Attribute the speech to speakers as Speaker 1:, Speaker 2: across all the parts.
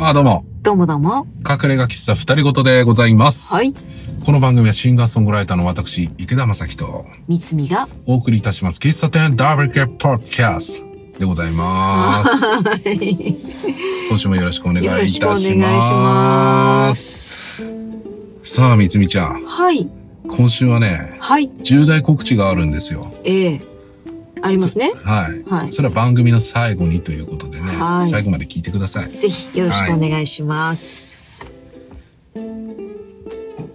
Speaker 1: あどうも、
Speaker 2: どうもどうも。
Speaker 1: 隠れ家喫茶二人ごとでございます。
Speaker 2: はい。
Speaker 1: この番組はシンガーソングライターの私、池田正樹と
Speaker 2: みつみ が。
Speaker 1: お送りいたします喫茶店ダブルケポッドキャストでござい ます。
Speaker 2: はい。
Speaker 1: 今週もよろしくお願いい
Speaker 2: よ
Speaker 1: た
Speaker 2: ろ
Speaker 1: し
Speaker 2: しくお願
Speaker 1: ま
Speaker 2: い
Speaker 1: す。
Speaker 2: します。
Speaker 1: さあ、みつみちゃん、
Speaker 2: はい。
Speaker 1: 今週はね、
Speaker 2: はい。
Speaker 1: 重大告知があるんですよ。
Speaker 2: ええありますね。
Speaker 1: はい。
Speaker 2: はい
Speaker 1: それは番組の最後にということでね、
Speaker 2: はい
Speaker 1: 最後まで聞いてください。
Speaker 2: ぜひよろしくお願いします。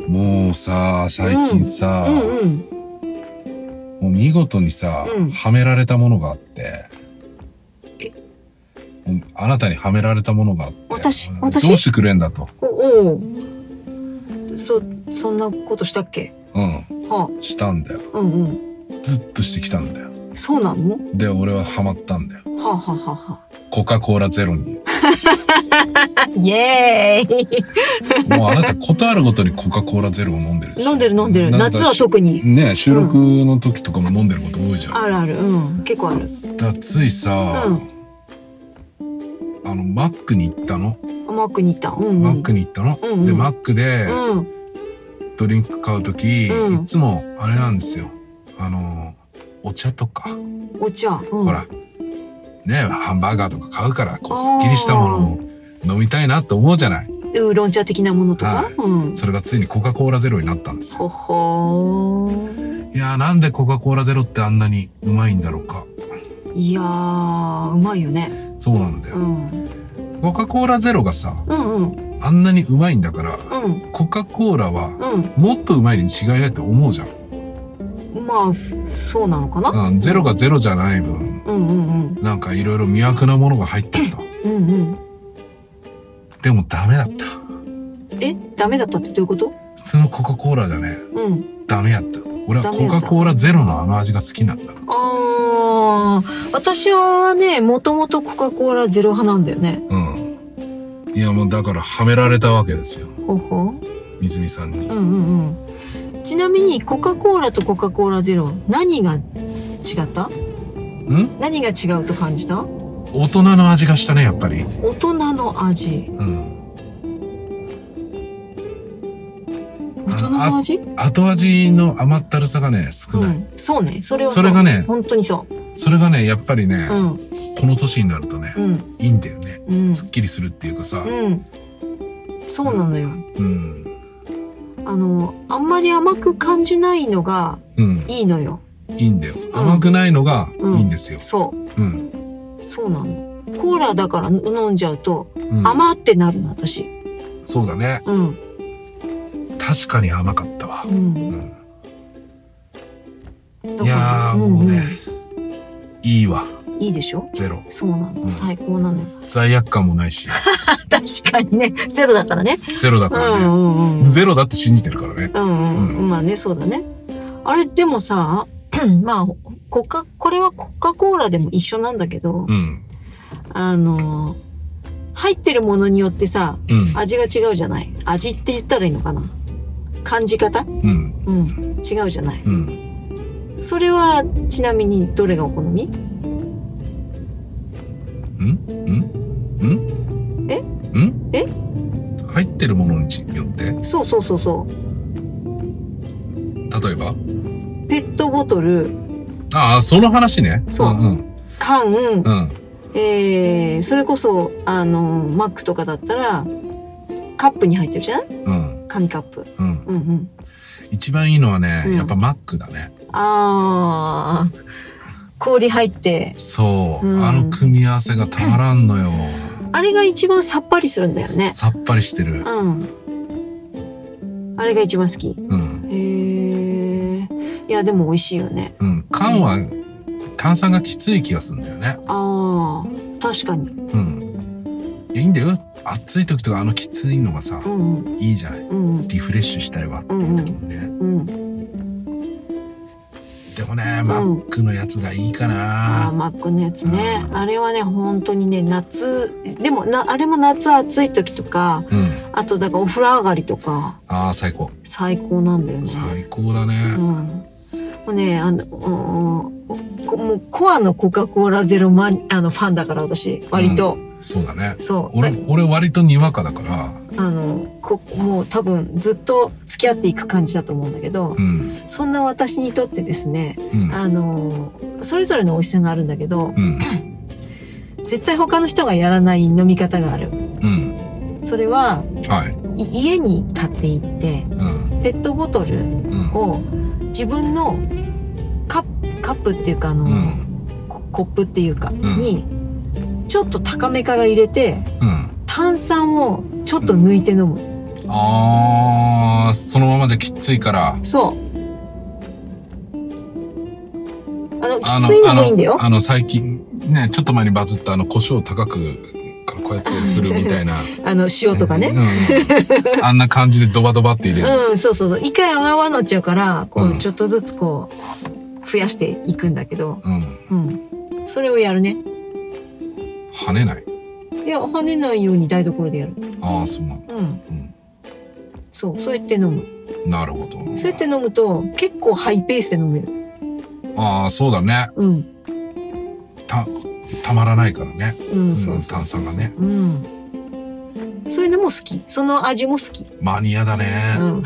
Speaker 1: もうさ、最近さ、
Speaker 2: うんうん。
Speaker 1: もう見事にさ、
Speaker 2: うん
Speaker 1: はめられたものがあって。もうあなたにはめられたものがあって。
Speaker 2: 私
Speaker 1: うん
Speaker 2: 私
Speaker 1: どうしてくれんだと。
Speaker 2: おおう。そ、そんなことしたっけ
Speaker 1: うん。
Speaker 2: は
Speaker 1: したんだよ。
Speaker 2: あ、うん
Speaker 1: ずっとしてきたんだよ。
Speaker 2: うん。そうなのは
Speaker 1: で、俺はハマったんだよ。
Speaker 2: あ、はあはあは
Speaker 1: コカ・コーラゼロに。
Speaker 2: あ、イエー
Speaker 1: もうあなた、ことあるごとにコカ・コーラゼロを飲んでるで
Speaker 2: イ
Speaker 1: しょ
Speaker 2: 飲んでる飲んでる。夏は。特
Speaker 1: なん
Speaker 2: に。
Speaker 1: かね収録の時とかも飲んでること多いじゃん。
Speaker 2: あるある。うん。結構ある。
Speaker 1: だからついさ、
Speaker 2: うん
Speaker 1: あの、マックに行ったの。
Speaker 2: マックに行った。うん、うん。
Speaker 1: マックに行ったの。
Speaker 2: うんうん
Speaker 1: で、マックで、
Speaker 2: うん。
Speaker 1: ドリンク買うとき、
Speaker 2: うん
Speaker 1: いつもあれなんですよ。あの、お茶とか、
Speaker 2: お茶。うん、
Speaker 1: ほら、ね、ハンバーガーとか買うから、こう、すっきりしたものを飲みたいなと思うじゃない。
Speaker 2: ウーロン茶的なものとか。
Speaker 1: はい
Speaker 2: うん。
Speaker 1: それがついにコカ・コーラゼロになったんですよ。
Speaker 2: ほほー。
Speaker 1: いやー、なんでコカ・コーラゼロってあんなにうまいんだろうか。
Speaker 2: いやー、うまいよね。
Speaker 1: そうなんだ
Speaker 2: う
Speaker 1: よ。
Speaker 2: ん。
Speaker 1: コカ・コーラゼロがさ、
Speaker 2: うんうん。
Speaker 1: あんなにうまいんだから、
Speaker 2: うん。
Speaker 1: コカ・コーラは、
Speaker 2: う
Speaker 1: もっとうまいに違いないって思うじゃん。
Speaker 2: ん。まあ、ふそうなのかな
Speaker 1: うん、ゼロがゼロじゃない分、
Speaker 2: うんうんうん。
Speaker 1: なんかいろいろ魅惑なものが入ってた。
Speaker 2: うんうん。
Speaker 1: でもダメだった。
Speaker 2: え、ダメだったってどういうこと
Speaker 1: 普通のコカ・コーラじゃね
Speaker 2: うん。
Speaker 1: ダメやった俺は
Speaker 2: ダメや
Speaker 1: コ
Speaker 2: った
Speaker 1: カ・コーラゼロのあの味が好きなんだ
Speaker 2: あー、私はね、もともとコカ・コーラゼロ派なんだよね。
Speaker 1: うんいやもうだからはめられたわけですよ
Speaker 2: ほほ。
Speaker 1: 水見さんに
Speaker 2: うんうんうん。ちなみに、コカ・コーラとコカ・コーラゼロ、何が違った
Speaker 1: ん
Speaker 2: 何が違うと感じた
Speaker 1: 大人の味がしたねやっぱり
Speaker 2: 大人の味。
Speaker 1: うん
Speaker 2: 大人の味
Speaker 1: 後味の甘ったるさがね
Speaker 2: う
Speaker 1: 少ない、
Speaker 2: ん。そうね。それはう
Speaker 1: それがね
Speaker 2: 本当にそう。
Speaker 1: それがねやっぱりね、
Speaker 2: うん。
Speaker 1: この年になるとね
Speaker 2: うん。
Speaker 1: いいんだよね
Speaker 2: うん、
Speaker 1: すっきりするっていうかさ
Speaker 2: うん、そうなのよ。
Speaker 1: うん
Speaker 2: あのあんまり甘く感じないのが
Speaker 1: うん
Speaker 2: いいのよ。
Speaker 1: いいんだよ甘くないのがいいんですよ
Speaker 2: そ
Speaker 1: うん、
Speaker 2: う、そうなの。コーラだから飲んじゃうと
Speaker 1: うん
Speaker 2: 甘ってなるの私。
Speaker 1: そうだね
Speaker 2: うん、
Speaker 1: 確かに甘かったわ
Speaker 2: う、。
Speaker 1: うんん、
Speaker 2: だから
Speaker 1: いやー
Speaker 2: ん
Speaker 1: もうねいいわ
Speaker 2: うんいいでしょ。
Speaker 1: ゼロ
Speaker 2: そうなの、
Speaker 1: うん
Speaker 2: 最高なのよ。
Speaker 1: 罪悪感もないし、
Speaker 2: 確かにね、ゼロだからね。
Speaker 1: ゼロだ
Speaker 2: う
Speaker 1: か
Speaker 2: ん
Speaker 1: ら
Speaker 2: う
Speaker 1: ね。
Speaker 2: んうん。
Speaker 1: ゼロだって信じてるからね。
Speaker 2: うんうん、
Speaker 1: う
Speaker 2: まあね、そうだね。あれでもさ、 まあコカこれはコカコーラでも一緒なんだけど。
Speaker 1: うん。
Speaker 2: あのー、入ってるものによってさ、
Speaker 1: うん。
Speaker 2: 味が違うじゃない味って言ったらいいのかな感じ方
Speaker 1: うん。
Speaker 2: うん。違うじゃない
Speaker 1: うん。
Speaker 2: それは、ちなみにどれがお好み
Speaker 1: うん。うん。
Speaker 2: え
Speaker 1: うん。
Speaker 2: え
Speaker 1: 入ってるものによって、
Speaker 2: そうそうそうそ
Speaker 1: 例えば。
Speaker 2: う。ペットボトル、
Speaker 1: ああ、その話ね。。
Speaker 2: そうん缶、
Speaker 1: うん。うん。
Speaker 2: えー、それこそ、あのー、マックとかだったら、カップに入ってるじゃん
Speaker 1: うん。
Speaker 2: 紙カップ。
Speaker 1: うん。
Speaker 2: うんうん。
Speaker 1: 一番いいのはね、
Speaker 2: うん
Speaker 1: やっぱマックだね。
Speaker 2: あー、氷入って、
Speaker 1: そう、
Speaker 2: うん
Speaker 1: あの組み合わせがたまらんのよ。
Speaker 2: あれが一番さっぱりするんだよね。
Speaker 1: さっぱりしてる。
Speaker 2: うん。あれが一番好き。
Speaker 1: うん。
Speaker 2: へえ。いや、でも美味しいよね。
Speaker 1: うん。缶は炭酸がきつい気がするんだよね。
Speaker 2: ああ、確かに。
Speaker 1: うん。いや、いいんだよ。暑い時とかあのきついのがさ
Speaker 2: う、んうん
Speaker 1: いいじゃない。
Speaker 2: うん
Speaker 1: リフレッシュしたいわっていう時にね。
Speaker 2: うん。うん
Speaker 1: でもね、マックのやつがいいか
Speaker 2: あー、
Speaker 1: な。
Speaker 2: マックのやつね
Speaker 1: う。ん
Speaker 2: あれはね、本当にね、夏、でもな、あれも夏暑い時とか、
Speaker 1: うん。
Speaker 2: あと、だからお風呂上がりとか、
Speaker 1: ああ、最高。
Speaker 2: 最高なんだよね。
Speaker 1: 最高だ
Speaker 2: うん。
Speaker 1: ね。
Speaker 2: もうね、あの、うんうんこもうコアのコカ・コーラゼロマン、あの、ファンだから私、割と。
Speaker 1: そうだね。
Speaker 2: そう
Speaker 1: 俺、俺割とにわかだから、
Speaker 2: あのこもう多分ずっと付き合っていく感じだと思うんだけど、
Speaker 1: うん、
Speaker 2: そんな私にとってですね
Speaker 1: うん、
Speaker 2: あのそれぞれの美味しさがあるんだけど
Speaker 1: うん、
Speaker 2: 絶対他の人がやらない飲み方がある
Speaker 1: うん、
Speaker 2: それは
Speaker 1: はい、
Speaker 2: い家に買っていって
Speaker 1: うん、
Speaker 2: ペットボトル
Speaker 1: うん、
Speaker 2: を自分のカップカップっていうかあの、
Speaker 1: うん、
Speaker 2: ココップっていうかにちょっと高めから入れて
Speaker 1: うん。
Speaker 2: 炭酸をちょっと抜いて飲む、
Speaker 1: あー、そのままじゃきついから、
Speaker 2: そうあのき
Speaker 1: あの
Speaker 2: つい
Speaker 1: あ
Speaker 2: の
Speaker 1: の
Speaker 2: でいいんだよ
Speaker 1: あの、最近、ね、ちょっと前にバズったあの、胡椒高く、からこうやって振るみたい な。
Speaker 2: あの塩とかね。
Speaker 1: うん。あんな感じでドバドバって入れる。
Speaker 2: うん、そうそうそう。一回泡泡なっちゃうから、こ
Speaker 1: う
Speaker 2: う、
Speaker 1: ん
Speaker 2: ちょっとずつこう、増やしていくんだけど、
Speaker 1: うん。
Speaker 2: うん。それをやるね。
Speaker 1: 跳ねない。
Speaker 2: いや、跳ねないように台所でやる。
Speaker 1: ああ、そうなんだ。
Speaker 2: うん。
Speaker 1: うん。
Speaker 2: そう、そうやって飲む。
Speaker 1: なるほど。
Speaker 2: そうやって飲むと、結構ハイペースで飲める。
Speaker 1: ああ、そうだね。
Speaker 2: うん。
Speaker 1: た、たまらないからね。
Speaker 2: うん、そうそうそう
Speaker 1: 炭酸がね。
Speaker 2: うん。そういうのも好き。その味も好き。
Speaker 1: マニアだね
Speaker 2: う。ん。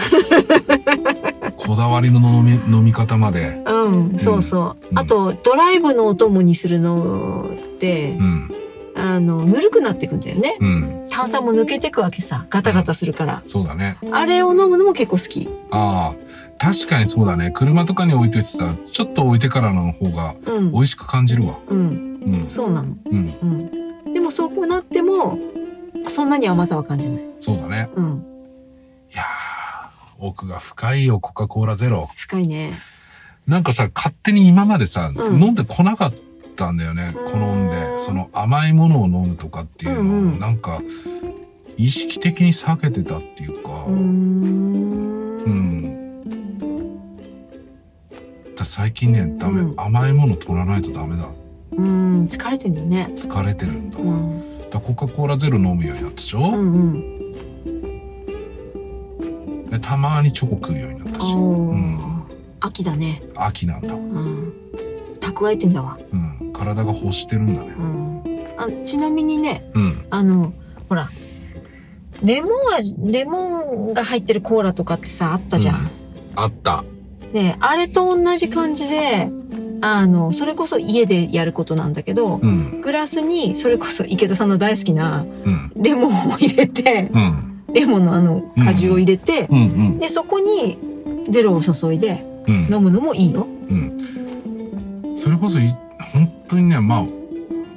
Speaker 1: こだわりの飲み飲み方まで。
Speaker 2: うん、そうそう。
Speaker 1: うん
Speaker 2: あと、ドライブのお供にするのって
Speaker 1: う、ん。
Speaker 2: あの、ぬるくなってくんだよね。
Speaker 1: うん。
Speaker 2: 炭酸も抜けてくわけさ。ガタガタするから。
Speaker 1: そうだね。
Speaker 2: あれを飲むのも結構好き。
Speaker 1: ああ。確かにそうだね。車とかに置いといてさ、ちょっと置いてからの方が
Speaker 2: うん
Speaker 1: 美。味しく感じるわ。
Speaker 2: うん。
Speaker 1: うん。
Speaker 2: そうなの。
Speaker 1: うん。
Speaker 2: うん。でもそうなっても、そんなに甘さは感じない。
Speaker 1: そうだね。
Speaker 2: うん。
Speaker 1: いやー、奥が深いよ、コカ・コーラゼロ。
Speaker 2: 深いね。
Speaker 1: なんかさ、勝手に今までさ、
Speaker 2: うん
Speaker 1: 飲んでこなかったんだよね。好ん
Speaker 2: う
Speaker 1: で、
Speaker 2: ん
Speaker 1: その甘いものを飲むとかっていうのを、
Speaker 2: うんうん
Speaker 1: なんか、意識的に避けてたっていうか、
Speaker 2: うーん。
Speaker 1: うん。だ最近ね、ダメ、
Speaker 2: うん
Speaker 1: 甘いもの取らないとダメだ。
Speaker 2: うん。疲れてんだよね。
Speaker 1: 疲れてるんだ。
Speaker 2: うん。
Speaker 1: だコカ・コーラゼロ飲むようになったでし
Speaker 2: う
Speaker 1: ょ、
Speaker 2: んうん。
Speaker 1: でたまにチョコ食うようになったし、
Speaker 2: お
Speaker 1: うん
Speaker 2: ー。秋だね。
Speaker 1: 秋なんだ。
Speaker 2: うん。蓄えてんだわ。
Speaker 1: うん。体が欲してるんだね
Speaker 2: う。ん。あ、ちなみにね、
Speaker 1: うん。
Speaker 2: あの、ほら、レモン味、レモンが入ってるコーラとかってさ、あったじ
Speaker 1: う
Speaker 2: ゃ
Speaker 1: ん
Speaker 2: ん。
Speaker 1: あった。
Speaker 2: ねあれと同じ感じで、あの、それこそ家でやることなんだけど、
Speaker 1: うん。
Speaker 2: グラスにそれこそ池田さんの大好きな
Speaker 1: うん。
Speaker 2: レモンを入れて、
Speaker 1: うん。
Speaker 2: レモンのあの果汁を入れて、
Speaker 1: うん。うん。
Speaker 2: で、そこにゼロを注いで
Speaker 1: うん。
Speaker 2: 飲むのもいいよ。
Speaker 1: うん、それこそい本当にねま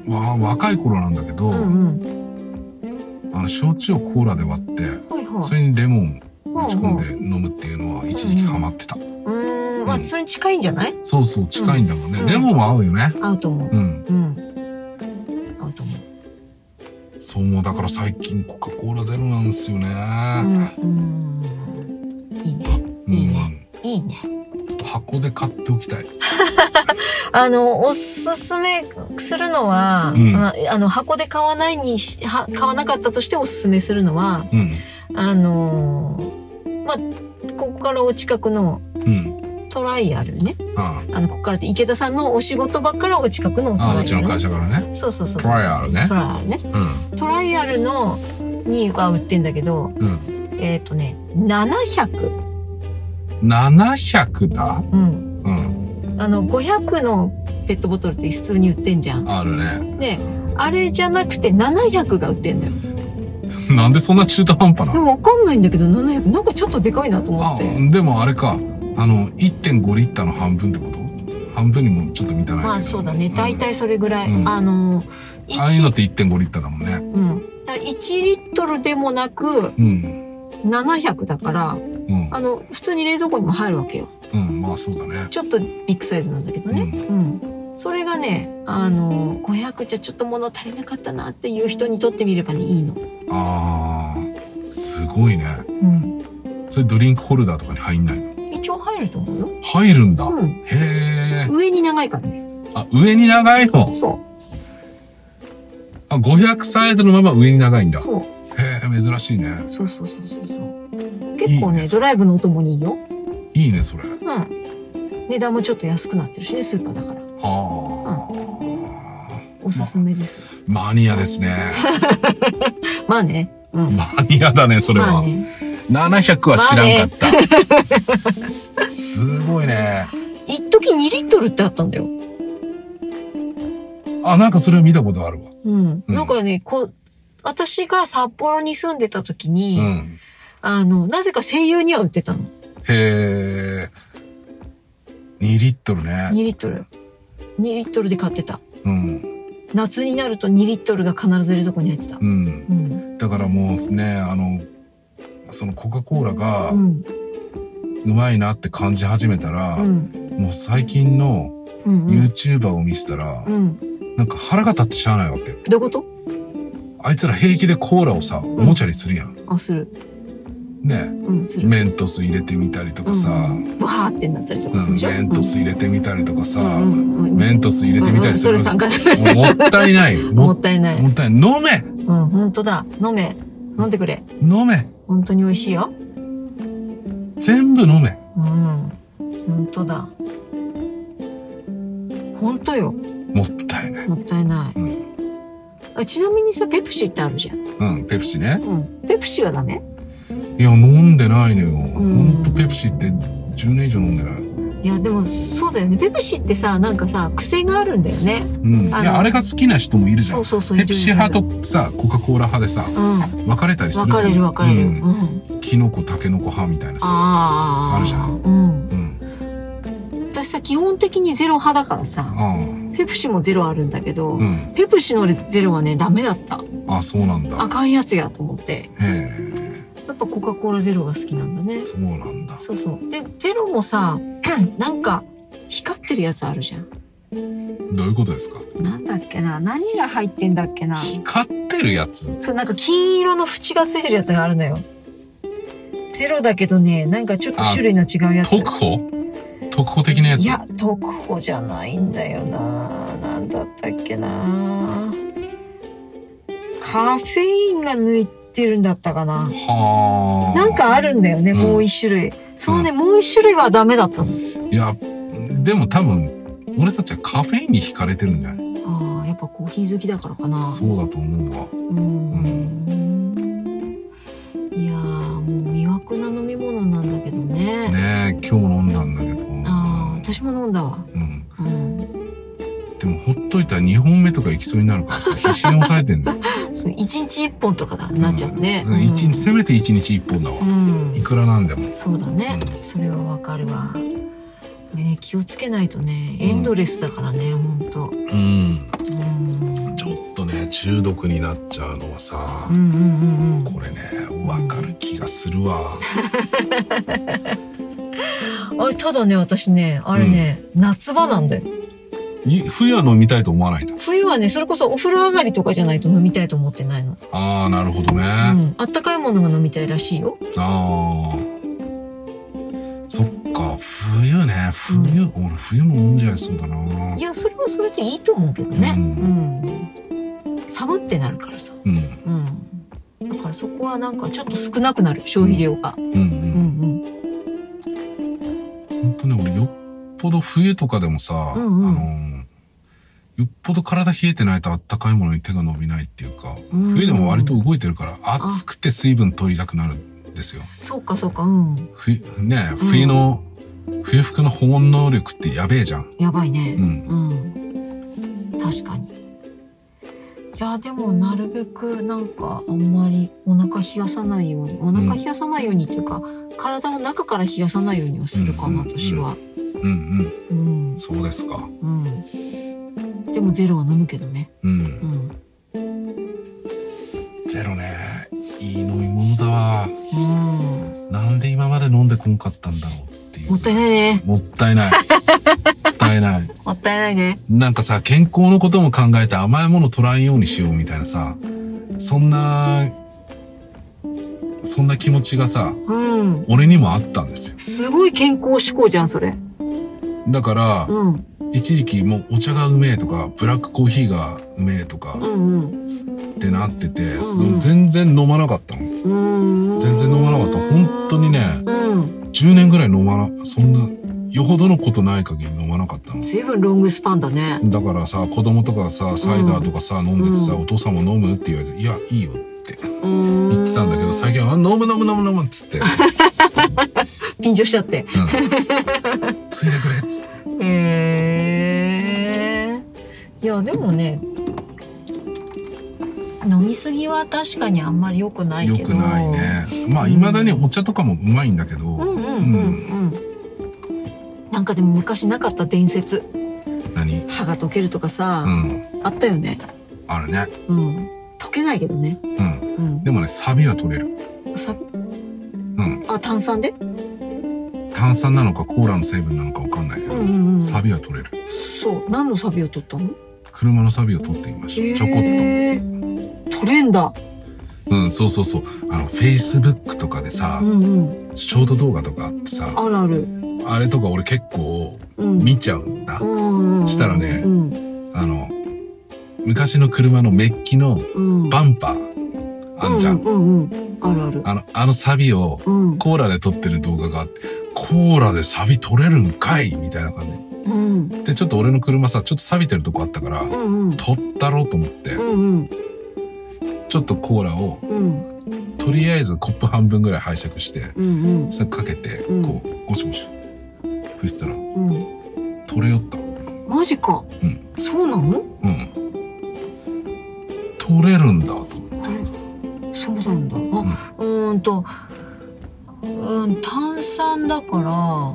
Speaker 1: あわ若い頃なんだけど、
Speaker 2: うんうん。
Speaker 1: あの焼酎をコーラで割って
Speaker 2: ほいほい。
Speaker 1: それにレモン
Speaker 2: ほ
Speaker 1: ぶ
Speaker 2: い
Speaker 1: ち
Speaker 2: ほ
Speaker 1: 込ん
Speaker 2: い
Speaker 1: で飲むっていうのは一時期ハマってた、
Speaker 2: うーん、まあ、それに近いんじゃない
Speaker 1: そうそう近いんだもんね、
Speaker 2: うん
Speaker 1: レモンは合うよね
Speaker 2: 合うと思う。
Speaker 1: うん
Speaker 2: うん。合うと思う。
Speaker 1: そうもうだから最近コカ・コーラゼロなんですよね、
Speaker 2: うん。うんいいね。
Speaker 1: うん
Speaker 2: いいねいいね。
Speaker 1: 箱で買っておきたい
Speaker 2: あの、おすすめするのは、
Speaker 1: うん
Speaker 2: まああの、箱で買わないにし、は買わなかったとしておすすめするのは、
Speaker 1: うん
Speaker 2: あのーまあ、ここからお近くの
Speaker 1: うん
Speaker 2: トライアルね。
Speaker 1: あ
Speaker 2: あの、ここからって池田さんのお仕事場からお近くのト
Speaker 1: ああ
Speaker 2: ラ
Speaker 1: うちの
Speaker 2: イア
Speaker 1: 会
Speaker 2: ル。
Speaker 1: 社からね
Speaker 2: そうそうそうそ
Speaker 1: ト
Speaker 2: う。
Speaker 1: ライアルね
Speaker 2: トライアルね。
Speaker 1: う
Speaker 2: トライアルの、には売ってんだけど、
Speaker 1: んうん
Speaker 2: えっ、とね、700。
Speaker 1: 700だ
Speaker 2: うん。
Speaker 1: うん
Speaker 2: あの、500のペットボトルって普通に売ってんじゃん。
Speaker 1: あるね
Speaker 2: で、あれじゃなくて700が売ってんだよ。
Speaker 1: なんでそんな中途半端な
Speaker 2: で
Speaker 1: の
Speaker 2: もわかんないんだけど、700、なんかちょっとでかいなと思
Speaker 1: あ
Speaker 2: って。
Speaker 1: でもあれかあの1.5リッターの半分ってこと半分にもちょっと満たないけど
Speaker 2: まあそうだね。
Speaker 1: ん
Speaker 2: 大体それぐらい。
Speaker 1: うん
Speaker 2: あの、
Speaker 1: ああいうのっ
Speaker 2: 1、
Speaker 1: て1.5リッターだもんね
Speaker 2: うん。だから1リットルでもなく、
Speaker 1: うん
Speaker 2: 700だか
Speaker 1: う
Speaker 2: ら、
Speaker 1: ん
Speaker 2: あの、普通に冷蔵庫にも入るわけよ。
Speaker 1: うんまあそうだね
Speaker 2: ちょっとビッグサイズなんだけどね。うん。それがね、あの、500じゃちょっと物足りなかったなっていう人にとってみればね、いいの。
Speaker 1: ああすごいね
Speaker 2: うん。
Speaker 1: それドリンクホルダーとかに入んないの
Speaker 2: 一応入ると思うよ。
Speaker 1: 入るんだ、へ
Speaker 2: うん。
Speaker 1: え
Speaker 2: 上に長いからね。
Speaker 1: あ上に長いの
Speaker 2: そ
Speaker 1: あ500サイズのまま上に長いんだ
Speaker 2: う。そう。
Speaker 1: へえ珍しいね
Speaker 2: そうそうそうそうそう。結構
Speaker 1: いい
Speaker 2: ね、
Speaker 1: ね
Speaker 2: ドライブのお供にいいよ。
Speaker 1: いいねそれ
Speaker 2: うん。値段もちょっと安くなってるしね、スーパーだから。
Speaker 1: はあ、
Speaker 2: おすすめです。
Speaker 1: マニアです ね。
Speaker 2: まあね。うん。
Speaker 1: マニアだね、それ
Speaker 2: まあ
Speaker 1: は。
Speaker 2: ね。
Speaker 1: 700は知らんかった。すごいね。
Speaker 2: 一時2リットルってあったんだよ。
Speaker 1: あ、なんかそれは見たことあるわ。
Speaker 2: うん。
Speaker 1: うん
Speaker 2: なんかね、こう、私が札幌に住んでた時に、
Speaker 1: うん。
Speaker 2: あの、なぜか声優には売ってたの。
Speaker 1: へえ。2リットル
Speaker 2: 2
Speaker 1: ね。
Speaker 2: リットル。2リットルで買ってた。
Speaker 1: うん。
Speaker 2: 夏になると2リットルが必ず冷蔵庫に入ってた。
Speaker 1: うん。
Speaker 2: うん。
Speaker 1: だからもうね、あの、そのコカ・コーラが
Speaker 2: うん。
Speaker 1: うまいなって感じ始めたら、
Speaker 2: うん。
Speaker 1: もう最近の
Speaker 2: うん。うん。
Speaker 1: YouTuber を見せたら、
Speaker 2: うん。ど
Speaker 1: なんか腹が立ってしゃあないわけよ。
Speaker 2: ういうこと
Speaker 1: あいつら平気でコーラをさ、おもちゃにするやん。
Speaker 2: あ、する。
Speaker 1: ね。
Speaker 2: うん、する。
Speaker 1: メントス入れてみたりとかさ、うん
Speaker 2: ブハーってなったりとかするでしょ、
Speaker 1: メントス入れてみたりとかさ、
Speaker 2: うん
Speaker 1: メントス入れてみたりする、
Speaker 2: うんうんそれ参加。
Speaker 1: もうもったいないも
Speaker 2: も
Speaker 1: っ
Speaker 2: ったいない。
Speaker 1: もったいない飲め
Speaker 2: うん、本当だ。飲め。飲んでくれ。
Speaker 1: 飲め
Speaker 2: 本当に美味しいよ。
Speaker 1: 全部飲め
Speaker 2: うん。本当だ。本当よ。
Speaker 1: もったいない
Speaker 2: もったいない。
Speaker 1: う
Speaker 2: あちなみにさ、ペプシってあるじゃん。
Speaker 1: うんペプシね
Speaker 2: うん。ペプシはダメ
Speaker 1: いや飲んでないのよ、
Speaker 2: ん
Speaker 1: ほんとペプシって10年以上飲んでない
Speaker 2: いや、でもそうだよね。ペプシってさ、なんかさ、癖があるんだよね。
Speaker 1: うんい
Speaker 2: あの
Speaker 1: やあれが好きな人もいるじゃ
Speaker 2: そ
Speaker 1: ん
Speaker 2: うそうそう。
Speaker 1: ペプシ派とさコカ・コーラ派でさ
Speaker 2: うん。
Speaker 1: 分かれたりする
Speaker 2: 分
Speaker 1: じゃ
Speaker 2: か
Speaker 1: ん
Speaker 2: れる分かれる。
Speaker 1: う
Speaker 2: うんん。
Speaker 1: キノコタケノコ派みたいなさ
Speaker 2: ああ。
Speaker 1: あるじゃん
Speaker 2: うん。
Speaker 1: うん
Speaker 2: 私さ、基本的にゼロ派だからさ、
Speaker 1: あ
Speaker 2: ペプシもゼロあるんだけど、
Speaker 1: あうん
Speaker 2: ペプシのゼロはね、ダメだった。
Speaker 1: あそうなんだ
Speaker 2: あかんやつやと思って。
Speaker 1: へ
Speaker 2: やっぱコカ・コーラゼロが好きなんだね
Speaker 1: え。そうなんだ
Speaker 2: そうそう。で、ゼロもさ、 なんか光ってるやつあるじゃん。
Speaker 1: どういうことですか
Speaker 2: なんだっけな何が入ってんだっけな
Speaker 1: 光ってるやつ
Speaker 2: そう、なんか金色の縁がついてるやつがあるのよ。ゼロだけどね、なんかちょっと種類の違うやつ。
Speaker 1: 特保特保的な やつ
Speaker 2: いや、特保じゃないんだよな。なんだったっけな。カフェインが抜いてるんだったかな。
Speaker 1: はあ
Speaker 2: なんかあるんだよね、
Speaker 1: うん
Speaker 2: もう一種類。そのね、もう一種類はダメだったの。
Speaker 1: いやでも多分俺たちはカフェインに惹かれてるんじゃない
Speaker 2: ああ、やっぱコーヒー好きだからかな。
Speaker 1: そうだと思うわ
Speaker 2: うーん。いやー、もう魅惑な飲み物なんだけどね。
Speaker 1: ねえ今日飲んだんだけど
Speaker 2: ああ、私も飲んだわ。
Speaker 1: うん、
Speaker 2: うん。
Speaker 1: でもほっといたら2本目とか行きそうになるからさ必死に抑えてんだよ、
Speaker 2: そう一日一本とかだ なっちゃうね。
Speaker 1: うん一日せめて1日1本だわ
Speaker 2: う、ん
Speaker 1: い。くらなんでも
Speaker 2: そうだね、
Speaker 1: う
Speaker 2: それはわかるわ、ね、気をつけないとねエンドレスだからね、ほんと、
Speaker 1: うん
Speaker 2: うん、
Speaker 1: ちょっとね中毒になっちゃうのはさ、
Speaker 2: うんうんうんうん
Speaker 1: これねわかる気がするわ
Speaker 2: あれただね私ねあれね、夏場なんだよ
Speaker 1: い冬は飲みたいと思わないんだ
Speaker 2: 冬はねそれこそお風呂上がりとかじゃないと飲みたいと思ってないの、
Speaker 1: ああなるほどね、
Speaker 2: うん、あったかいものが飲みたいらしいよ。
Speaker 1: ああ。そっか、冬ね、冬、俺冬も飲んじゃいそうだない
Speaker 2: やそれはそれでいいと思うけどね
Speaker 1: う
Speaker 2: うんん、寒ってなるからさ
Speaker 1: うん、
Speaker 2: うんだからそこはなんかちょっと少なくなる消費量が、
Speaker 1: うん、う
Speaker 2: うん
Speaker 1: ん、
Speaker 2: うん、
Speaker 1: ほんとね、俺よっぽど冬とかでもさ、
Speaker 2: うんうん
Speaker 1: あのーよっぽど体冷えてないとあったかいものに手が伸びないっていうか、
Speaker 2: うん
Speaker 1: 冬でも割と動いてるから、暑くて水分取りたくなるんです
Speaker 2: そうかそうかうん
Speaker 1: よ。冬、ね、冬の、冬服の保温能力ってやべえじゃん。
Speaker 2: やばいね、
Speaker 1: うん。
Speaker 2: うん、確かに。いやでもなるべくなんかあんまりお腹冷やさないようにお
Speaker 1: ん
Speaker 2: 腹冷やさないようにっていうか、体を中から冷やさないようにはするかな、
Speaker 1: うんうんうん
Speaker 2: 私は。
Speaker 1: うん
Speaker 2: うん
Speaker 1: うん。そうですか。
Speaker 2: うん。でもゼロは飲むけどね。
Speaker 1: うん
Speaker 2: う。ん。
Speaker 1: ゼロね。いい飲み物だわ。
Speaker 2: うん。
Speaker 1: なんで今まで飲んでこんかったんだろうっていう。
Speaker 2: もったいないね。
Speaker 1: もったいない。もったいない。
Speaker 2: もったいないね。
Speaker 1: なんかさ、健康のことも考えて甘いもの取らんようにしようみたいなさ、そんな、そんな気持ちがさ、
Speaker 2: うん。
Speaker 1: 俺にもあったんですよ。
Speaker 2: すごい健康志向じゃんそれ。
Speaker 1: だから
Speaker 2: う、ん。
Speaker 1: 一時期もうお茶がうめえとか、ブラックコーヒーがうめえと
Speaker 2: う
Speaker 1: か
Speaker 2: ん
Speaker 1: ってなってて、
Speaker 2: うんうん
Speaker 1: 全然飲まなかったの。
Speaker 2: うん。うん。
Speaker 1: 全然飲まなかった。本当にね、
Speaker 2: うん。
Speaker 1: 10年ぐらい飲まな、そんな、よほどのことない限り飲まなかったの。
Speaker 2: 随分ロングスパンだね。
Speaker 1: だからさ、子供とかさ、サイダーとかさ、飲んでてさ、
Speaker 2: うん
Speaker 1: お父さんも飲むって言われて、いや、いいよって
Speaker 2: 言
Speaker 1: 言ってたんだけど、最近は、あ飲む飲む飲む飲むっつっ て、
Speaker 2: 緊張しちゃって。
Speaker 1: うん、ついでくれっつって。
Speaker 2: へえいやでもね飲みすぎは確かにあんまり良くない
Speaker 1: よ
Speaker 2: けど
Speaker 1: くないね。まあ、未だにお茶とかもうまいんだけど、
Speaker 2: うんうんうんうんなんかでも昔なかった伝説
Speaker 1: 何
Speaker 2: 歯が溶けるとかさ
Speaker 1: う、ん。
Speaker 2: あったよね
Speaker 1: あるね。
Speaker 2: うん溶けないけどね
Speaker 1: うん。
Speaker 2: うん
Speaker 1: でもね、サビは取れる。
Speaker 2: さ
Speaker 1: うん。
Speaker 2: あ炭酸で
Speaker 1: 炭酸なのかコーラの成分なのかわかんないけ
Speaker 2: う
Speaker 1: ど、
Speaker 2: んうんうん
Speaker 1: サビは取れる。
Speaker 2: そう何のサビを取ったの
Speaker 1: 車のサビを取っていました。ちょこっと。
Speaker 2: へー取れんだ
Speaker 1: うん、そうそうそう。あの、Facebook とかでさ
Speaker 2: う、んうん
Speaker 1: ショート動画とかあってさ、
Speaker 2: あるある
Speaker 1: あれとか俺結構
Speaker 2: うん
Speaker 1: 見ちゃうんだ。
Speaker 2: うんうん
Speaker 1: したらね
Speaker 2: うん
Speaker 1: あの、昔の車のメッキの
Speaker 2: うん
Speaker 1: バンパー、あんじゃん。
Speaker 2: うんうんうん、あるある。
Speaker 1: あの、あのサビを
Speaker 2: うん。
Speaker 1: コーラで撮ってる動画があって、コーラでサビ撮れるんかいみたいな感
Speaker 2: うん。
Speaker 1: じ。で、ちょっと俺の車さ、ちょっと錆びてるとこあったから、
Speaker 2: うんうん。
Speaker 1: 撮ったろうと思って
Speaker 2: う、ん
Speaker 1: ちょっとコーラを、
Speaker 2: うん。うん
Speaker 1: とりあえずコップ半分ぐらい拝借して、
Speaker 2: うん
Speaker 1: それかけて、
Speaker 2: うん
Speaker 1: こう、ゴシゴシ。そしたら、
Speaker 2: うん。
Speaker 1: 撮れよった。
Speaker 2: マジか。
Speaker 1: うん
Speaker 2: そうなの
Speaker 1: うん。取れるんだと思って。
Speaker 2: そうなんだ。あ、うーんと、うん、炭酸だから、あ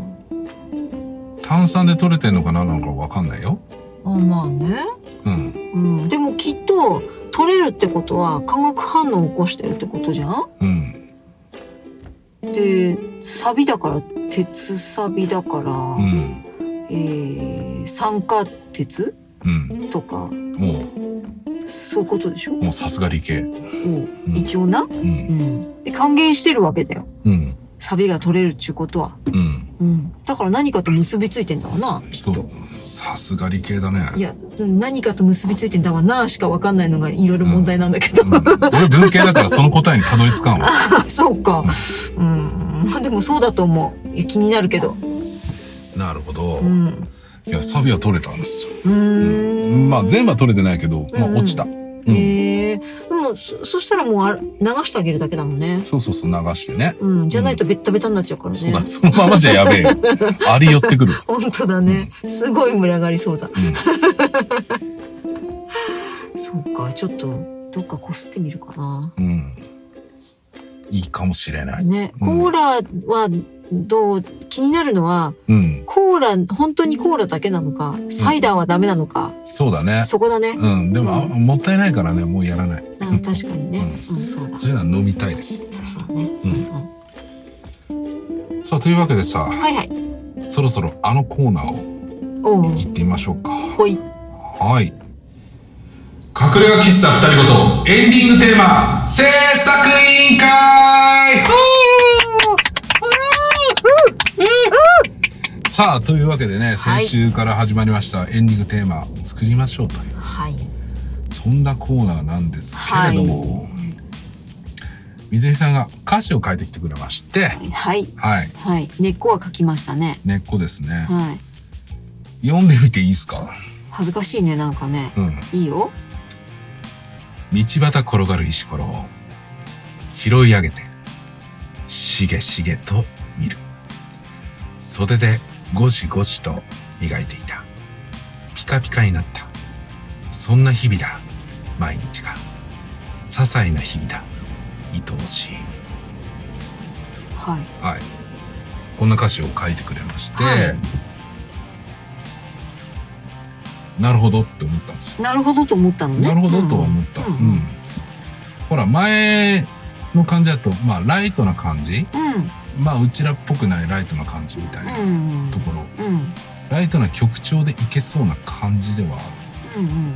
Speaker 1: 炭酸で取れてんのかななのかわかんないよ。
Speaker 2: まあね。
Speaker 1: うん。
Speaker 2: うん。でもきっと、取れるってことは化学反応を起こしてるってことじゃん
Speaker 1: うん。
Speaker 2: で、サビだから、鉄サビだから、
Speaker 1: うん。
Speaker 2: えー、酸化鉄
Speaker 1: うん。
Speaker 2: とか、
Speaker 1: も
Speaker 2: そういうことでしょ
Speaker 1: う、もうさすが理系。
Speaker 2: も
Speaker 1: うん
Speaker 2: う一応な、
Speaker 1: う。
Speaker 2: うんん、で還元してるわけだよ
Speaker 1: うん。
Speaker 2: サビが取れるっちゅうことは、
Speaker 1: うん。
Speaker 2: うん、だから何かと結びついてんだわなきっ
Speaker 1: そう
Speaker 2: と。
Speaker 1: さすが理系だね。
Speaker 2: いやうん何かと結びついてんだわなしか分かんないのがいろいろ問題なんだけど、
Speaker 1: うん、俺文系だからその答えにたどり着かんわ。
Speaker 2: そうかうんまあでもそうだと思ういや気になるけど
Speaker 1: なるほど
Speaker 2: う。ん
Speaker 1: いや、サビは取れたんですよ。
Speaker 2: うーん
Speaker 1: まあ全部は取れてないけど、まあ
Speaker 2: うんうん
Speaker 1: 落ちた。うん。
Speaker 2: へえでもそそしたらもうあれ流してあげるだけだもんね
Speaker 1: そうそうそう、流してね。
Speaker 2: うんじゃないとベッタベタになっちゃうから
Speaker 1: そう
Speaker 2: ね
Speaker 1: だ、そのままじゃやべえ よ。あり寄ってくる。
Speaker 2: 本当だねすごい群がりそうだ
Speaker 1: うん。
Speaker 2: そうかちょっとどっかこすってみるかな
Speaker 1: うん。いいかもしれない。
Speaker 2: ね、
Speaker 1: うん
Speaker 2: コーラはどう気になるのは
Speaker 1: うん。
Speaker 2: コーラ本当にコーラだけなのかサイダーはダメなのか、
Speaker 1: そうだね。
Speaker 2: そこだね、
Speaker 1: うん。でも、あもったいないからね、もうやらない。
Speaker 2: あ確かにね、うんそうだ
Speaker 1: そういうのは飲みたいです。
Speaker 2: そうだね、
Speaker 1: うん
Speaker 2: うん
Speaker 1: さあ、というわけでさ、
Speaker 2: はいはい
Speaker 1: そろそろあのコーナーを
Speaker 2: おう
Speaker 1: 行ってみましょうか。
Speaker 2: ほい
Speaker 1: はい。隠れ家喫茶二人ごと、エンディングテーマ、制作委員会さあ、というわけでね、
Speaker 2: はい
Speaker 1: 先週から始まりました、エンディングテーマ、作りましょうという。
Speaker 2: はい
Speaker 1: そんなコーナーなんですけれども、水木さんが歌詞を書いてきてくれまして、
Speaker 2: はい
Speaker 1: はい、
Speaker 2: はい根っこは書きましたね
Speaker 1: 根っこですね。
Speaker 2: はい
Speaker 1: 読んでみていいですか
Speaker 2: 恥ずかしいねなんかね
Speaker 1: うん。
Speaker 2: いいよ
Speaker 1: 道端転がる石ころを拾い上げて、しげしげと見る。袖でゴシゴシと磨いていた。ピカピカになった。そんな日々だ、毎日が。些細な日々だ、愛おしい。
Speaker 2: はい
Speaker 1: はい。こんな歌詞を書いてくれまして、
Speaker 2: は
Speaker 1: なるほどって思ったんですよ。
Speaker 2: なるほどと思ったのね
Speaker 1: なるほどとは思った。
Speaker 2: うん
Speaker 1: うんほら、前の感じだと、まあ、ライトな感じ
Speaker 2: うん
Speaker 1: まあ、うちらっぽくないライトな感じみたいな
Speaker 2: うん
Speaker 1: ところ。
Speaker 2: うんうん
Speaker 1: ライトな曲調でいけそうな感じではあ
Speaker 2: うんうんうん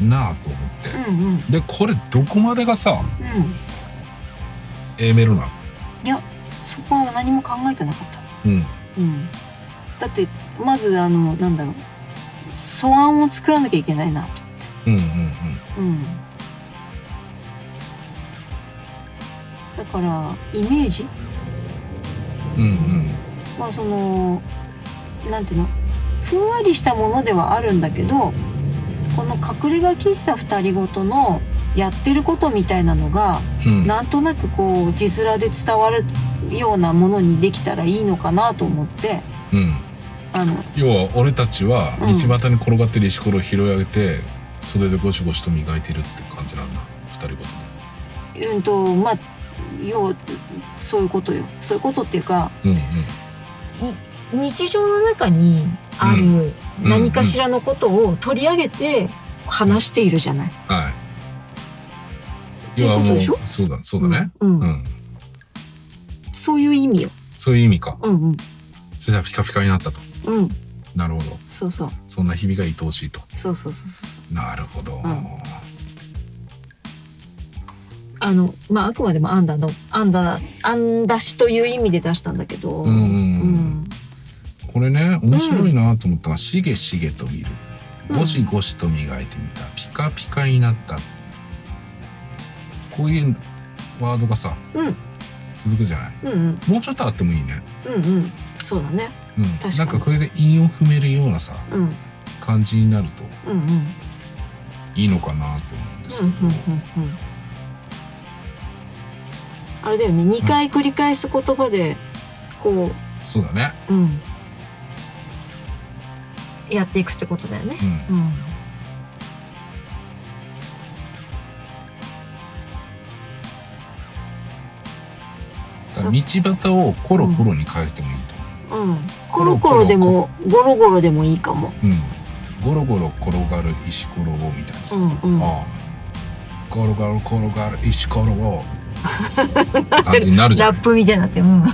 Speaker 1: るなあと思って。
Speaker 2: うんうんうん
Speaker 1: で、これどこまでがさ、
Speaker 2: うん
Speaker 1: A メロなの
Speaker 2: そこは何も考えてなかった。
Speaker 1: うん。
Speaker 2: うん。だって、まず、あの、なんだろう。素案を作らなきゃいけないな。
Speaker 1: うんうんうん。
Speaker 2: うん。だから、イメージ
Speaker 1: うん
Speaker 2: まあそのなんていうのふんわりしたものではあるんだけどこの隠れ家喫茶二人ごとのやってることみたいなのが
Speaker 1: うんうん
Speaker 2: なんとなくこう字面で伝わるようなものにできたらいいのかなと思って
Speaker 1: うん
Speaker 2: あの
Speaker 1: 要は俺たちは
Speaker 2: う
Speaker 1: 道
Speaker 2: ん
Speaker 1: 端に転がってる石ころを拾い上げて、袖でゴシゴシと磨いてるって感じなんだ二人ごと
Speaker 2: うんとまあ要はそういうことよそういうことっていうか
Speaker 1: に
Speaker 2: 日常の中にあ
Speaker 1: う
Speaker 2: る何かしらのことを取り上げて話しているじゃない。
Speaker 1: はい
Speaker 2: ていうことでし
Speaker 1: 要
Speaker 2: ょ
Speaker 1: はもうそうだそうだね、
Speaker 2: うん
Speaker 1: うん
Speaker 2: そういう意味よ。
Speaker 1: そういう意味か
Speaker 2: うん
Speaker 1: そしたらピカピカになったと
Speaker 2: うんうん
Speaker 1: なるほど
Speaker 2: そうそう
Speaker 1: そんな日々が愛おしいと
Speaker 2: そうそうそうそうそう。
Speaker 1: なるほど、
Speaker 2: んあのまああくまでもアンダのアンダアンダしという意味で出したんだけど。
Speaker 1: うんうんうんこれね面白いなと思ったのが、しげしげと見る
Speaker 2: うん
Speaker 1: ゴシゴシと磨いてみたピカピカになったこういうワードがさ、
Speaker 2: うん
Speaker 1: 続くじゃない
Speaker 2: うんうん
Speaker 1: もうちょっとあってもいいね、
Speaker 2: うんうんそうだね。
Speaker 1: うん、
Speaker 2: かに
Speaker 1: なんかこれで韻を踏めるようなさ
Speaker 2: うんうん
Speaker 1: 感じになると
Speaker 2: うんうんうん
Speaker 1: いいのかなと思うんですけど、
Speaker 2: うんうん。あれだよね二回繰り返す言葉でこ
Speaker 1: そうだね、
Speaker 2: ううんやっていくってことだよね
Speaker 1: う。ん、
Speaker 2: うん
Speaker 1: だから道端をコロコロに変えてもいいと
Speaker 2: うん、コロコロでもゴロゴロでもいいかも。
Speaker 1: 思う、うん、ゴロゴロ転がる石ころをみたいな
Speaker 2: う
Speaker 1: さ、
Speaker 2: んうん。
Speaker 1: ああゴロゴロ転がる石ころ を感じになるじゃ
Speaker 2: ラ
Speaker 1: ん
Speaker 2: ップみたいになってる。うん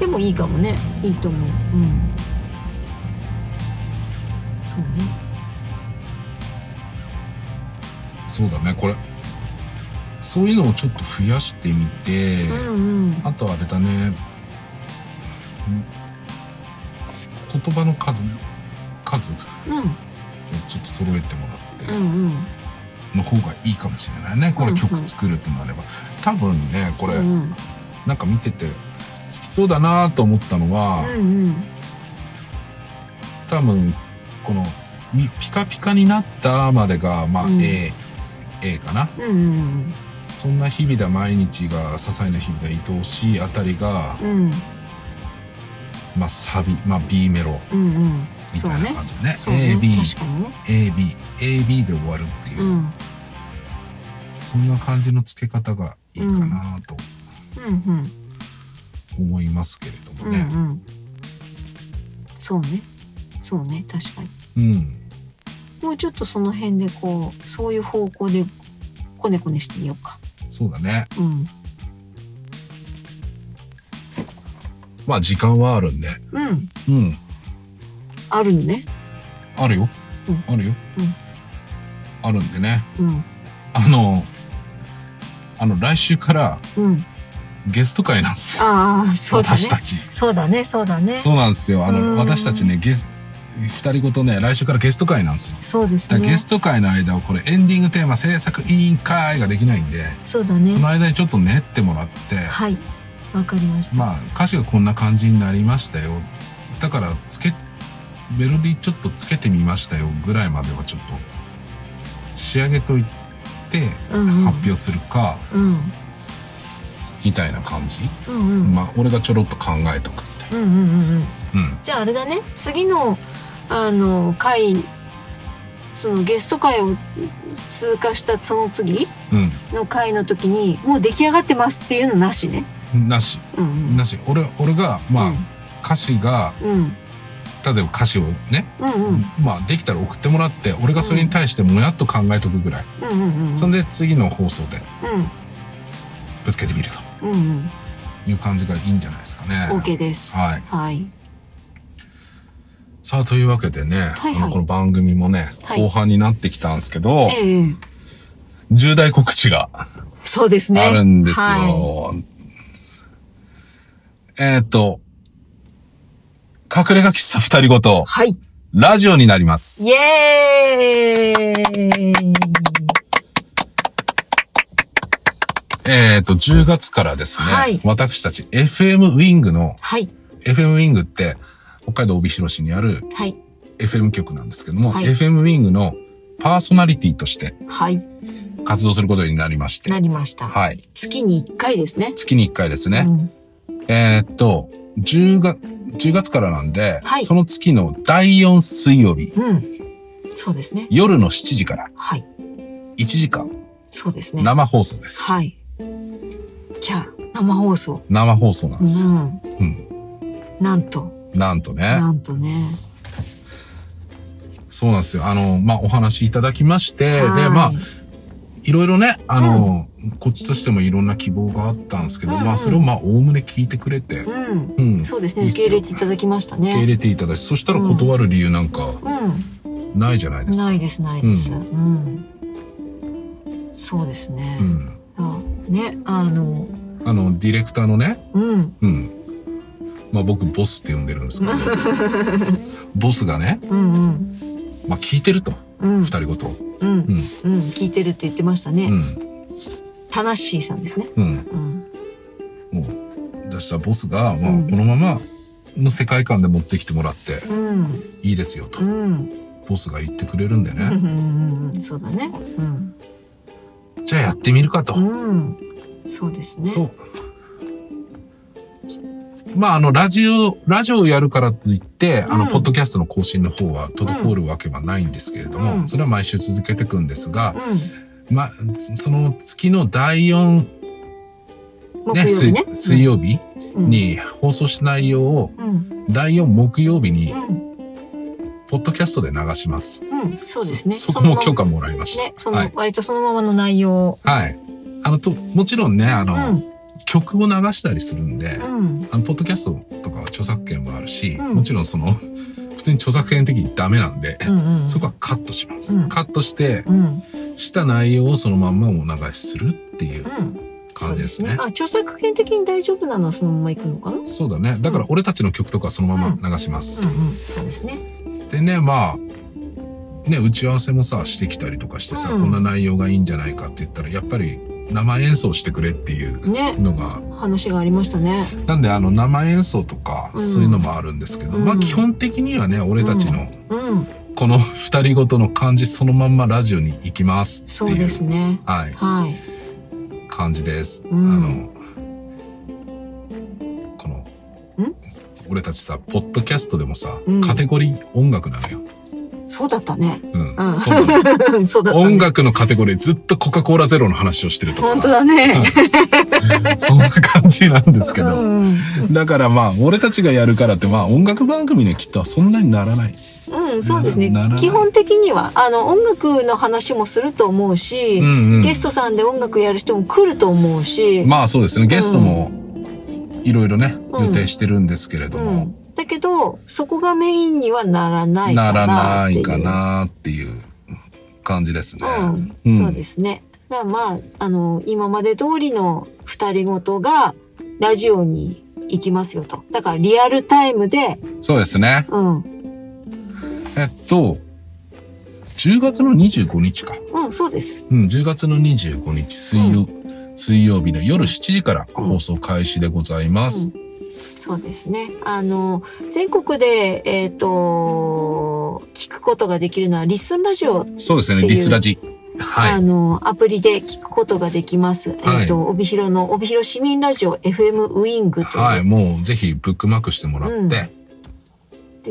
Speaker 2: でもいいかもね。いいと思う。うん。そうね。
Speaker 1: そうだねこれそういうのをちょっと増やしてみて、
Speaker 2: うんうん。
Speaker 1: あとあれだねん言葉の数数を
Speaker 2: うん
Speaker 1: ちょっと揃えてもらって
Speaker 2: うん
Speaker 1: の方がいいかもしれないねこれ
Speaker 2: うんうん
Speaker 1: 曲作るってなれば多分ねこ
Speaker 2: うん。
Speaker 1: れ
Speaker 2: うん
Speaker 1: なんか見ててつきそうだなと思ったのは、
Speaker 2: うん
Speaker 1: 多分このみ「ピカピカになった」までがまあ
Speaker 2: うん
Speaker 1: A、A かな
Speaker 2: うんうん
Speaker 1: そんな日々だ毎日が些細な日々が愛おしいあたりが、
Speaker 2: うん
Speaker 1: まあサビ、まあ、B メロ
Speaker 2: うんうん。
Speaker 1: みたいな感じだね
Speaker 2: そうね。
Speaker 1: ABABAB
Speaker 2: 確かにね。
Speaker 1: で終わるっていう、
Speaker 2: うんうん
Speaker 1: そんな感じの付け方がいいかなと
Speaker 2: うん
Speaker 1: 思いますけれども
Speaker 2: うんう
Speaker 1: ね。
Speaker 2: ん。そうね。そうね。確かに。
Speaker 1: うん、
Speaker 2: もうちょっとその辺でこうそういう方向でこねこねしてみようか。
Speaker 1: そうだね。
Speaker 2: うん。
Speaker 1: まあ時間はあるんで。
Speaker 2: うん。
Speaker 1: うん、
Speaker 2: あるのね。
Speaker 1: あるよ。
Speaker 2: うん
Speaker 1: あるよ。
Speaker 2: うん
Speaker 1: あるんでね。
Speaker 2: うん。
Speaker 1: あの、あの来週から
Speaker 2: うん。
Speaker 1: ゲスト会なんですよ。
Speaker 2: ああ、そうだね
Speaker 1: 私。たち。
Speaker 2: そうだね。そうだね。そ
Speaker 1: そうなんですよ。あ
Speaker 2: う
Speaker 1: の、
Speaker 2: ん
Speaker 1: 私たちね、ゲス、二人ごとね、来週からゲスト会なんですよ。
Speaker 2: う
Speaker 1: だ
Speaker 2: で
Speaker 1: か
Speaker 2: す
Speaker 1: らゲ
Speaker 2: ね
Speaker 1: ス。ト会の間を、これエンディングテーマ制作委員会ができないんで、
Speaker 2: そうだ
Speaker 1: そ
Speaker 2: ね。
Speaker 1: の間にちょっと練ってもらって、
Speaker 2: はい。わかりました。
Speaker 1: まあ、歌詞がこんな感じになりましたよ。だから、つけ、メロディーちょっとつけてみましたよぐらいまではちょっと、仕上げといて、
Speaker 2: うんうん
Speaker 1: 発表するか、
Speaker 2: うん。
Speaker 1: みたいな感じ。
Speaker 2: うんうん。
Speaker 1: まあ、俺がちょろっと考えとくみたい
Speaker 2: うんうんうんうん。
Speaker 1: な。うん。
Speaker 2: じゃああれだね。次のあの回そのゲスト回を通過したその次の回の時にもう出来上がってますっていうのなしね。
Speaker 1: うん。なし、
Speaker 2: うんうん。
Speaker 1: なし。俺、俺が、まあ、歌詞が、
Speaker 2: うん
Speaker 1: 例えば歌詞をね、
Speaker 2: うんうん
Speaker 1: まあできたら送ってもらって俺がそれに対してもやっと考えとくぐらい、
Speaker 2: うんうんうん
Speaker 1: そんで次の放送で
Speaker 2: う
Speaker 1: ぶつけてみると
Speaker 2: んうんうん
Speaker 1: いう感じがいいんじゃないですかね。
Speaker 2: OK です
Speaker 1: はい
Speaker 2: はい
Speaker 1: さあというわけでね、
Speaker 2: はいはい
Speaker 1: あのこの番組もね
Speaker 2: はい
Speaker 1: 後半になってきたんですけど、
Speaker 2: ええ
Speaker 1: 重大告知があ
Speaker 2: そうですね
Speaker 1: るんですよ。
Speaker 2: は
Speaker 1: えっ、と隠れ家喫茶二人ごと
Speaker 2: い、はい、
Speaker 1: ラジオになります。
Speaker 2: イエーイ
Speaker 1: えっ、と、10月からですね、
Speaker 2: はい
Speaker 1: 私たち FM ウィングの、
Speaker 2: はい。
Speaker 1: FM ウィングって、北海道帯広市にある
Speaker 2: はい。
Speaker 1: FM 局なんですけども、
Speaker 2: はい
Speaker 1: FM ウィングのパーソナリティとして
Speaker 2: はい。
Speaker 1: 活動することになりまして、
Speaker 2: なりました。
Speaker 1: はい。
Speaker 2: 月に1回ですね。
Speaker 1: 月に1回です
Speaker 2: う
Speaker 1: ね。
Speaker 2: ん
Speaker 1: えーっと、10月、10月からなんで、
Speaker 2: はい
Speaker 1: その月の第4水曜日、
Speaker 2: うん。そうですね。
Speaker 1: 夜の7時から
Speaker 2: はい。
Speaker 1: 1時間
Speaker 2: そうですね。
Speaker 1: 生放送です。
Speaker 2: はい。キャー、生放送。
Speaker 1: 生放送なん
Speaker 2: う
Speaker 1: ですよ。
Speaker 2: ん。
Speaker 1: うん。
Speaker 2: なんと、
Speaker 1: なんとね、
Speaker 2: なんとね。
Speaker 1: そうなんですよ。あの、まあ、お話いただきまして、で、
Speaker 2: はい
Speaker 1: まあ、いろいろね、あの、こっちとしてもいろんな希望があったんですけど、
Speaker 2: うんうん
Speaker 1: まあ、それをまあ、おおむね聞いてくれて、
Speaker 2: うん。
Speaker 1: うん。受
Speaker 2: そうですね。
Speaker 1: いいっ
Speaker 2: 受
Speaker 1: す
Speaker 2: け
Speaker 1: よ
Speaker 2: 入れていただきましたね。
Speaker 1: け入れていただき、そしたら断る理由なんか
Speaker 2: う
Speaker 1: ないじゃないで
Speaker 2: ん。
Speaker 1: すか。
Speaker 2: ないです、ないです。
Speaker 1: う
Speaker 2: うん。そうですね
Speaker 1: う。ん。
Speaker 2: あね、あの、
Speaker 1: あの、ディレクターのね、
Speaker 2: うん、
Speaker 1: うん。まあ、僕、ボスって呼んでるん ですけど、ボスがね、
Speaker 2: うん、うん。
Speaker 1: まあ、聞いてると、
Speaker 2: うん、
Speaker 1: 二人ごと。
Speaker 2: うん、うん
Speaker 1: ん、
Speaker 2: 聞いてるって言ってましたね。
Speaker 1: うん。
Speaker 2: タナッシーさんですね。
Speaker 1: うん。
Speaker 2: うん、
Speaker 1: もう出したボスが、まあ
Speaker 2: うん
Speaker 1: このままの世界観で持ってきてもらって
Speaker 2: うん、
Speaker 1: いいですよと、
Speaker 2: うん、
Speaker 1: ボスが言ってくれるんで
Speaker 2: う
Speaker 1: ね、
Speaker 2: ん、うんそうだね。うん、
Speaker 1: じゃあやってみるかと、
Speaker 2: うん、そうですね。
Speaker 1: そうまああのラジオラジオをやるからといって、あ
Speaker 2: う
Speaker 1: の
Speaker 2: ん
Speaker 1: ポッドキャストの更新の方は滞るわけはないんですけれども、
Speaker 2: うん
Speaker 1: それは毎週続けていくんですが、
Speaker 2: う
Speaker 1: まあその月の第4、
Speaker 2: ん、
Speaker 1: ね
Speaker 2: 木曜日ね。
Speaker 1: 水水曜日
Speaker 2: うん、
Speaker 1: に放送した内容を
Speaker 2: うん、
Speaker 1: 第4木曜日に
Speaker 2: うん、
Speaker 1: ポッドキャストで流します。
Speaker 2: うん、そうですね。
Speaker 1: そ そこも許
Speaker 2: そのま
Speaker 1: 可もらいまし
Speaker 2: ま
Speaker 1: た。
Speaker 2: ね、その、
Speaker 1: はい。
Speaker 2: 割とそのままの内容を。
Speaker 1: はい。あの、と、もちろんね、あ
Speaker 2: う
Speaker 1: の、
Speaker 2: ん、
Speaker 1: 曲を流したりするんで、
Speaker 2: うん、
Speaker 1: あの、ポッドキャストとかは著作権もあるし、
Speaker 2: うん
Speaker 1: もちろんその、普通に著作権的にダメなんで、
Speaker 2: うん、うん。
Speaker 1: そこはカットします。
Speaker 2: うん
Speaker 1: カットして、
Speaker 2: うん、
Speaker 1: した内容をそのまんまお流しするっていう
Speaker 2: うん。
Speaker 1: 感じですね。
Speaker 2: そうあ、著作権的に大丈夫なのはそのまま行くのかな
Speaker 1: そうだね。だから俺たちの曲とかそのまま流します。
Speaker 2: うんうん、そうですね。
Speaker 1: でね、まあ、ね、打ち合わせもさ、してきたりとかしてさ、
Speaker 2: うん
Speaker 1: こんな内容がいいんじゃないかって言ったら、やっぱり生演奏してくれっていう
Speaker 2: ね、
Speaker 1: のが
Speaker 2: 話がありましたね。
Speaker 1: なんであの生演奏とか
Speaker 2: うん
Speaker 1: そういうのもあるんですけど、
Speaker 2: うん
Speaker 1: まあ基本的にはね俺たちの
Speaker 2: うん、
Speaker 1: この二人ごとの感じそのまんまラジオに行きますって
Speaker 2: そう
Speaker 1: い
Speaker 2: で
Speaker 1: う
Speaker 2: すね。
Speaker 1: はい、
Speaker 2: はい。
Speaker 1: 感じです。
Speaker 2: うん
Speaker 1: あのこの俺たちさポッドキャストでもさ、
Speaker 2: うん
Speaker 1: カテゴリー音楽なのよ。
Speaker 2: そうだったね。
Speaker 1: うん
Speaker 2: うん
Speaker 1: そうなの
Speaker 2: そうだったね。
Speaker 1: 音楽のカテゴリーずっとコカ・コーラゼロの話をしてるとか
Speaker 2: 本当だね。
Speaker 1: そんな感じなんですけど、
Speaker 2: うん、
Speaker 1: だからまあ俺たちがやるからってまあ音楽番組にはきっとそんなにならない
Speaker 2: うん、そうですね
Speaker 1: ならない。
Speaker 2: 基本的には、あの、音楽の話もすると思うし、
Speaker 1: うんうん
Speaker 2: ゲストさんで音楽やる人も来ると思うし、
Speaker 1: まあそうですねゲストもいろいろね、
Speaker 2: うん
Speaker 1: 予定してるんですけれど
Speaker 2: う
Speaker 1: も、
Speaker 2: ん。だけど、そこがメインにはならない
Speaker 1: な
Speaker 2: か
Speaker 1: ら
Speaker 2: な
Speaker 1: な
Speaker 2: ってい。
Speaker 1: いうかなっていう感じですね。
Speaker 2: うん、
Speaker 1: うん
Speaker 2: そうですね。だからまあ、あの、今まで通りの二人ごとが、ラジオに行きますよと。だからリアルタイムで、
Speaker 1: そうですね。
Speaker 2: うん、
Speaker 1: えっと10月の25日か、
Speaker 2: うん、そうです。
Speaker 1: うん、10月の25日水曜,、水曜日の夜7時から放送開始でございます。
Speaker 2: そうですね。あの、全国で、えっ、と、聞くことができるのは、リッスンラジオ、
Speaker 1: そうですね
Speaker 2: っていう
Speaker 1: リスラジは
Speaker 2: あ
Speaker 1: い
Speaker 2: の、アプリで聞くことができます。
Speaker 1: はい
Speaker 2: えっ、と、帯広の、帯広市民ラジオ FM ウィングという、
Speaker 1: はいもうぜひブックマークしてもらって、
Speaker 2: うんで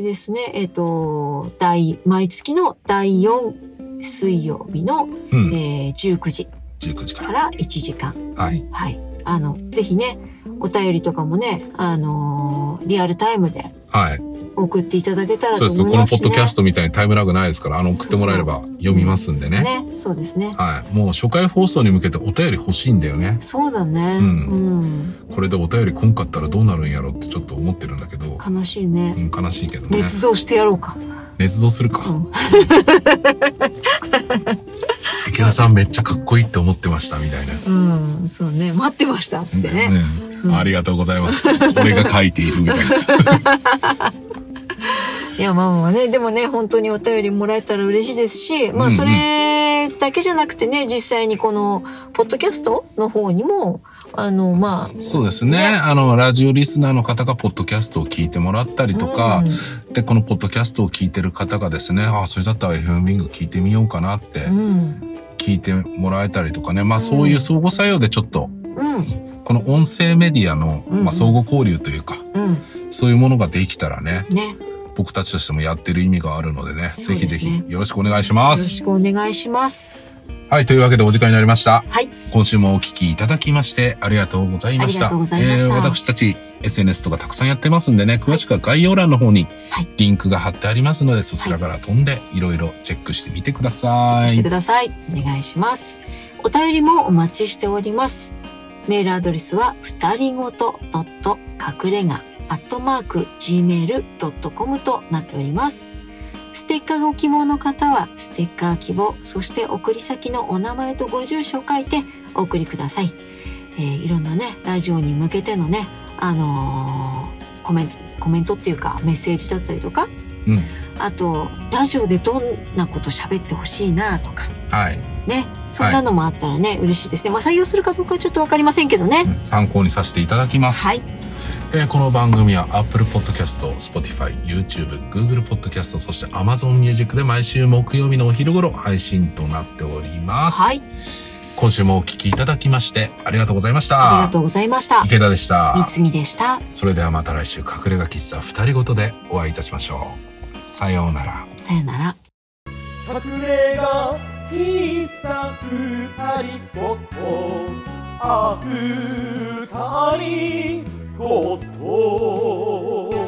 Speaker 2: ですね、えっ、と、第、毎月の第4水曜日の、
Speaker 1: うん
Speaker 2: えー19時
Speaker 1: 19時か
Speaker 2: からら1時間。
Speaker 1: はい
Speaker 2: はい。あの、ぜひね、お便りとかもね、あのーリアルタイムで
Speaker 1: はい
Speaker 2: 送っていただけたらと
Speaker 1: そう
Speaker 2: 思
Speaker 1: で
Speaker 2: いますすね。
Speaker 1: このポッドキャストみたいにタイムラグないですから、あの、送ってもらえれば読みますんでね。
Speaker 2: ね。そうですね。
Speaker 1: はい。もう初回放送に向けてお便り欲しいんだよね。
Speaker 2: そうだね。
Speaker 1: う
Speaker 2: うん。
Speaker 1: これでお便り来んかったらどうなるんやろってちょっと思ってるんだけど、
Speaker 2: 悲しいね
Speaker 1: う。ん、悲しいけどね。
Speaker 2: 捏造してやろうか。
Speaker 1: 捏造する
Speaker 2: う
Speaker 1: か。
Speaker 2: ん。
Speaker 1: 池田さんめっちゃかっこいいって思ってましたみたいな。
Speaker 2: うん、そうね。待ってました。つってね。うん
Speaker 1: ありがとうございます。俺が書いているみ たいなさ。
Speaker 2: いや、まあまあね。でもね、本当にお便りもらえたら嬉しいですし、ま
Speaker 1: う
Speaker 2: あ
Speaker 1: んうん
Speaker 2: それれだけじゃなくてね実際にこのポッドキャストの方にもあのまあ
Speaker 1: そうですね。あの、ラジオリスナーの方がポッドキャストを聞いてもらったりとか、で、このポッドキャストを聞いてる方がですね、ああ、それだったら FM ビング聞いてみようかなって
Speaker 2: うん、うん
Speaker 1: 聞いてもらえたりとかね。まあ
Speaker 2: うん
Speaker 1: そういう相互作用でちょっと、
Speaker 2: うん
Speaker 1: この音声メディアの、
Speaker 2: うん
Speaker 1: まあ相互交流というか、
Speaker 2: うん
Speaker 1: そういうものができたらね、
Speaker 2: ねよ
Speaker 1: 僕たちとしてもやってる意味があるのでね、
Speaker 2: そ
Speaker 1: ぜ
Speaker 2: う
Speaker 1: ひ
Speaker 2: ですね
Speaker 1: ぜひよろしくお願いしま
Speaker 2: ろ
Speaker 1: す。
Speaker 2: しくお願いします
Speaker 1: はい、というわけでお時間になりました。
Speaker 2: はい
Speaker 1: 今週もお聞きいただきましてありがとうございました。
Speaker 2: ありがとうございました
Speaker 1: えー私たち SNS とかたくさんやってますんでね、詳しくは概要欄の方に
Speaker 2: はい
Speaker 1: リンクが貼ってありますので、そちらから飛んでいろいろチェックしてみてくだ
Speaker 2: チェッ
Speaker 1: さ
Speaker 2: クし
Speaker 1: い。
Speaker 2: てください。お願いします。お便りもお待ちしております。メールアドレスは、ふたりごと隠れが、アットマーク、gmail.com となっております。ステッカーご希望の方は、ステッカー希望、そして送り先のお名前とご住所を書いてお送りください。えーいろんなね、ラジオに向けてのね、あのーコメント、コメントっていうか、メッセージだったりとか、
Speaker 1: うん。
Speaker 2: あと、ラジオでどんなこと喋ってほしいなとか、
Speaker 1: はい。
Speaker 2: ね、そんなのもあったらね、嬉しいですね。まあ、採用するかどうかはちょっとわかりませんけどね。
Speaker 1: 参考にさせていただきます。
Speaker 2: はい。
Speaker 1: えーこの番組は Apple Podcast、Spotify、YouTube、Google Podcast、そして Amazon Music で毎週木曜日のお昼頃配信となっております。
Speaker 2: はい。
Speaker 1: 今週もお聞きいただきましてありがとうございまし
Speaker 2: あり
Speaker 1: た
Speaker 2: が。とうございました。
Speaker 1: 池田でした。
Speaker 2: 三つみでした。
Speaker 1: それではまた来週隠れ家喫茶二人ごとでお会いいたしましょう。さようなら。
Speaker 2: さよなら。
Speaker 3: 隠れ家喫茶二人ごとあ二人ごと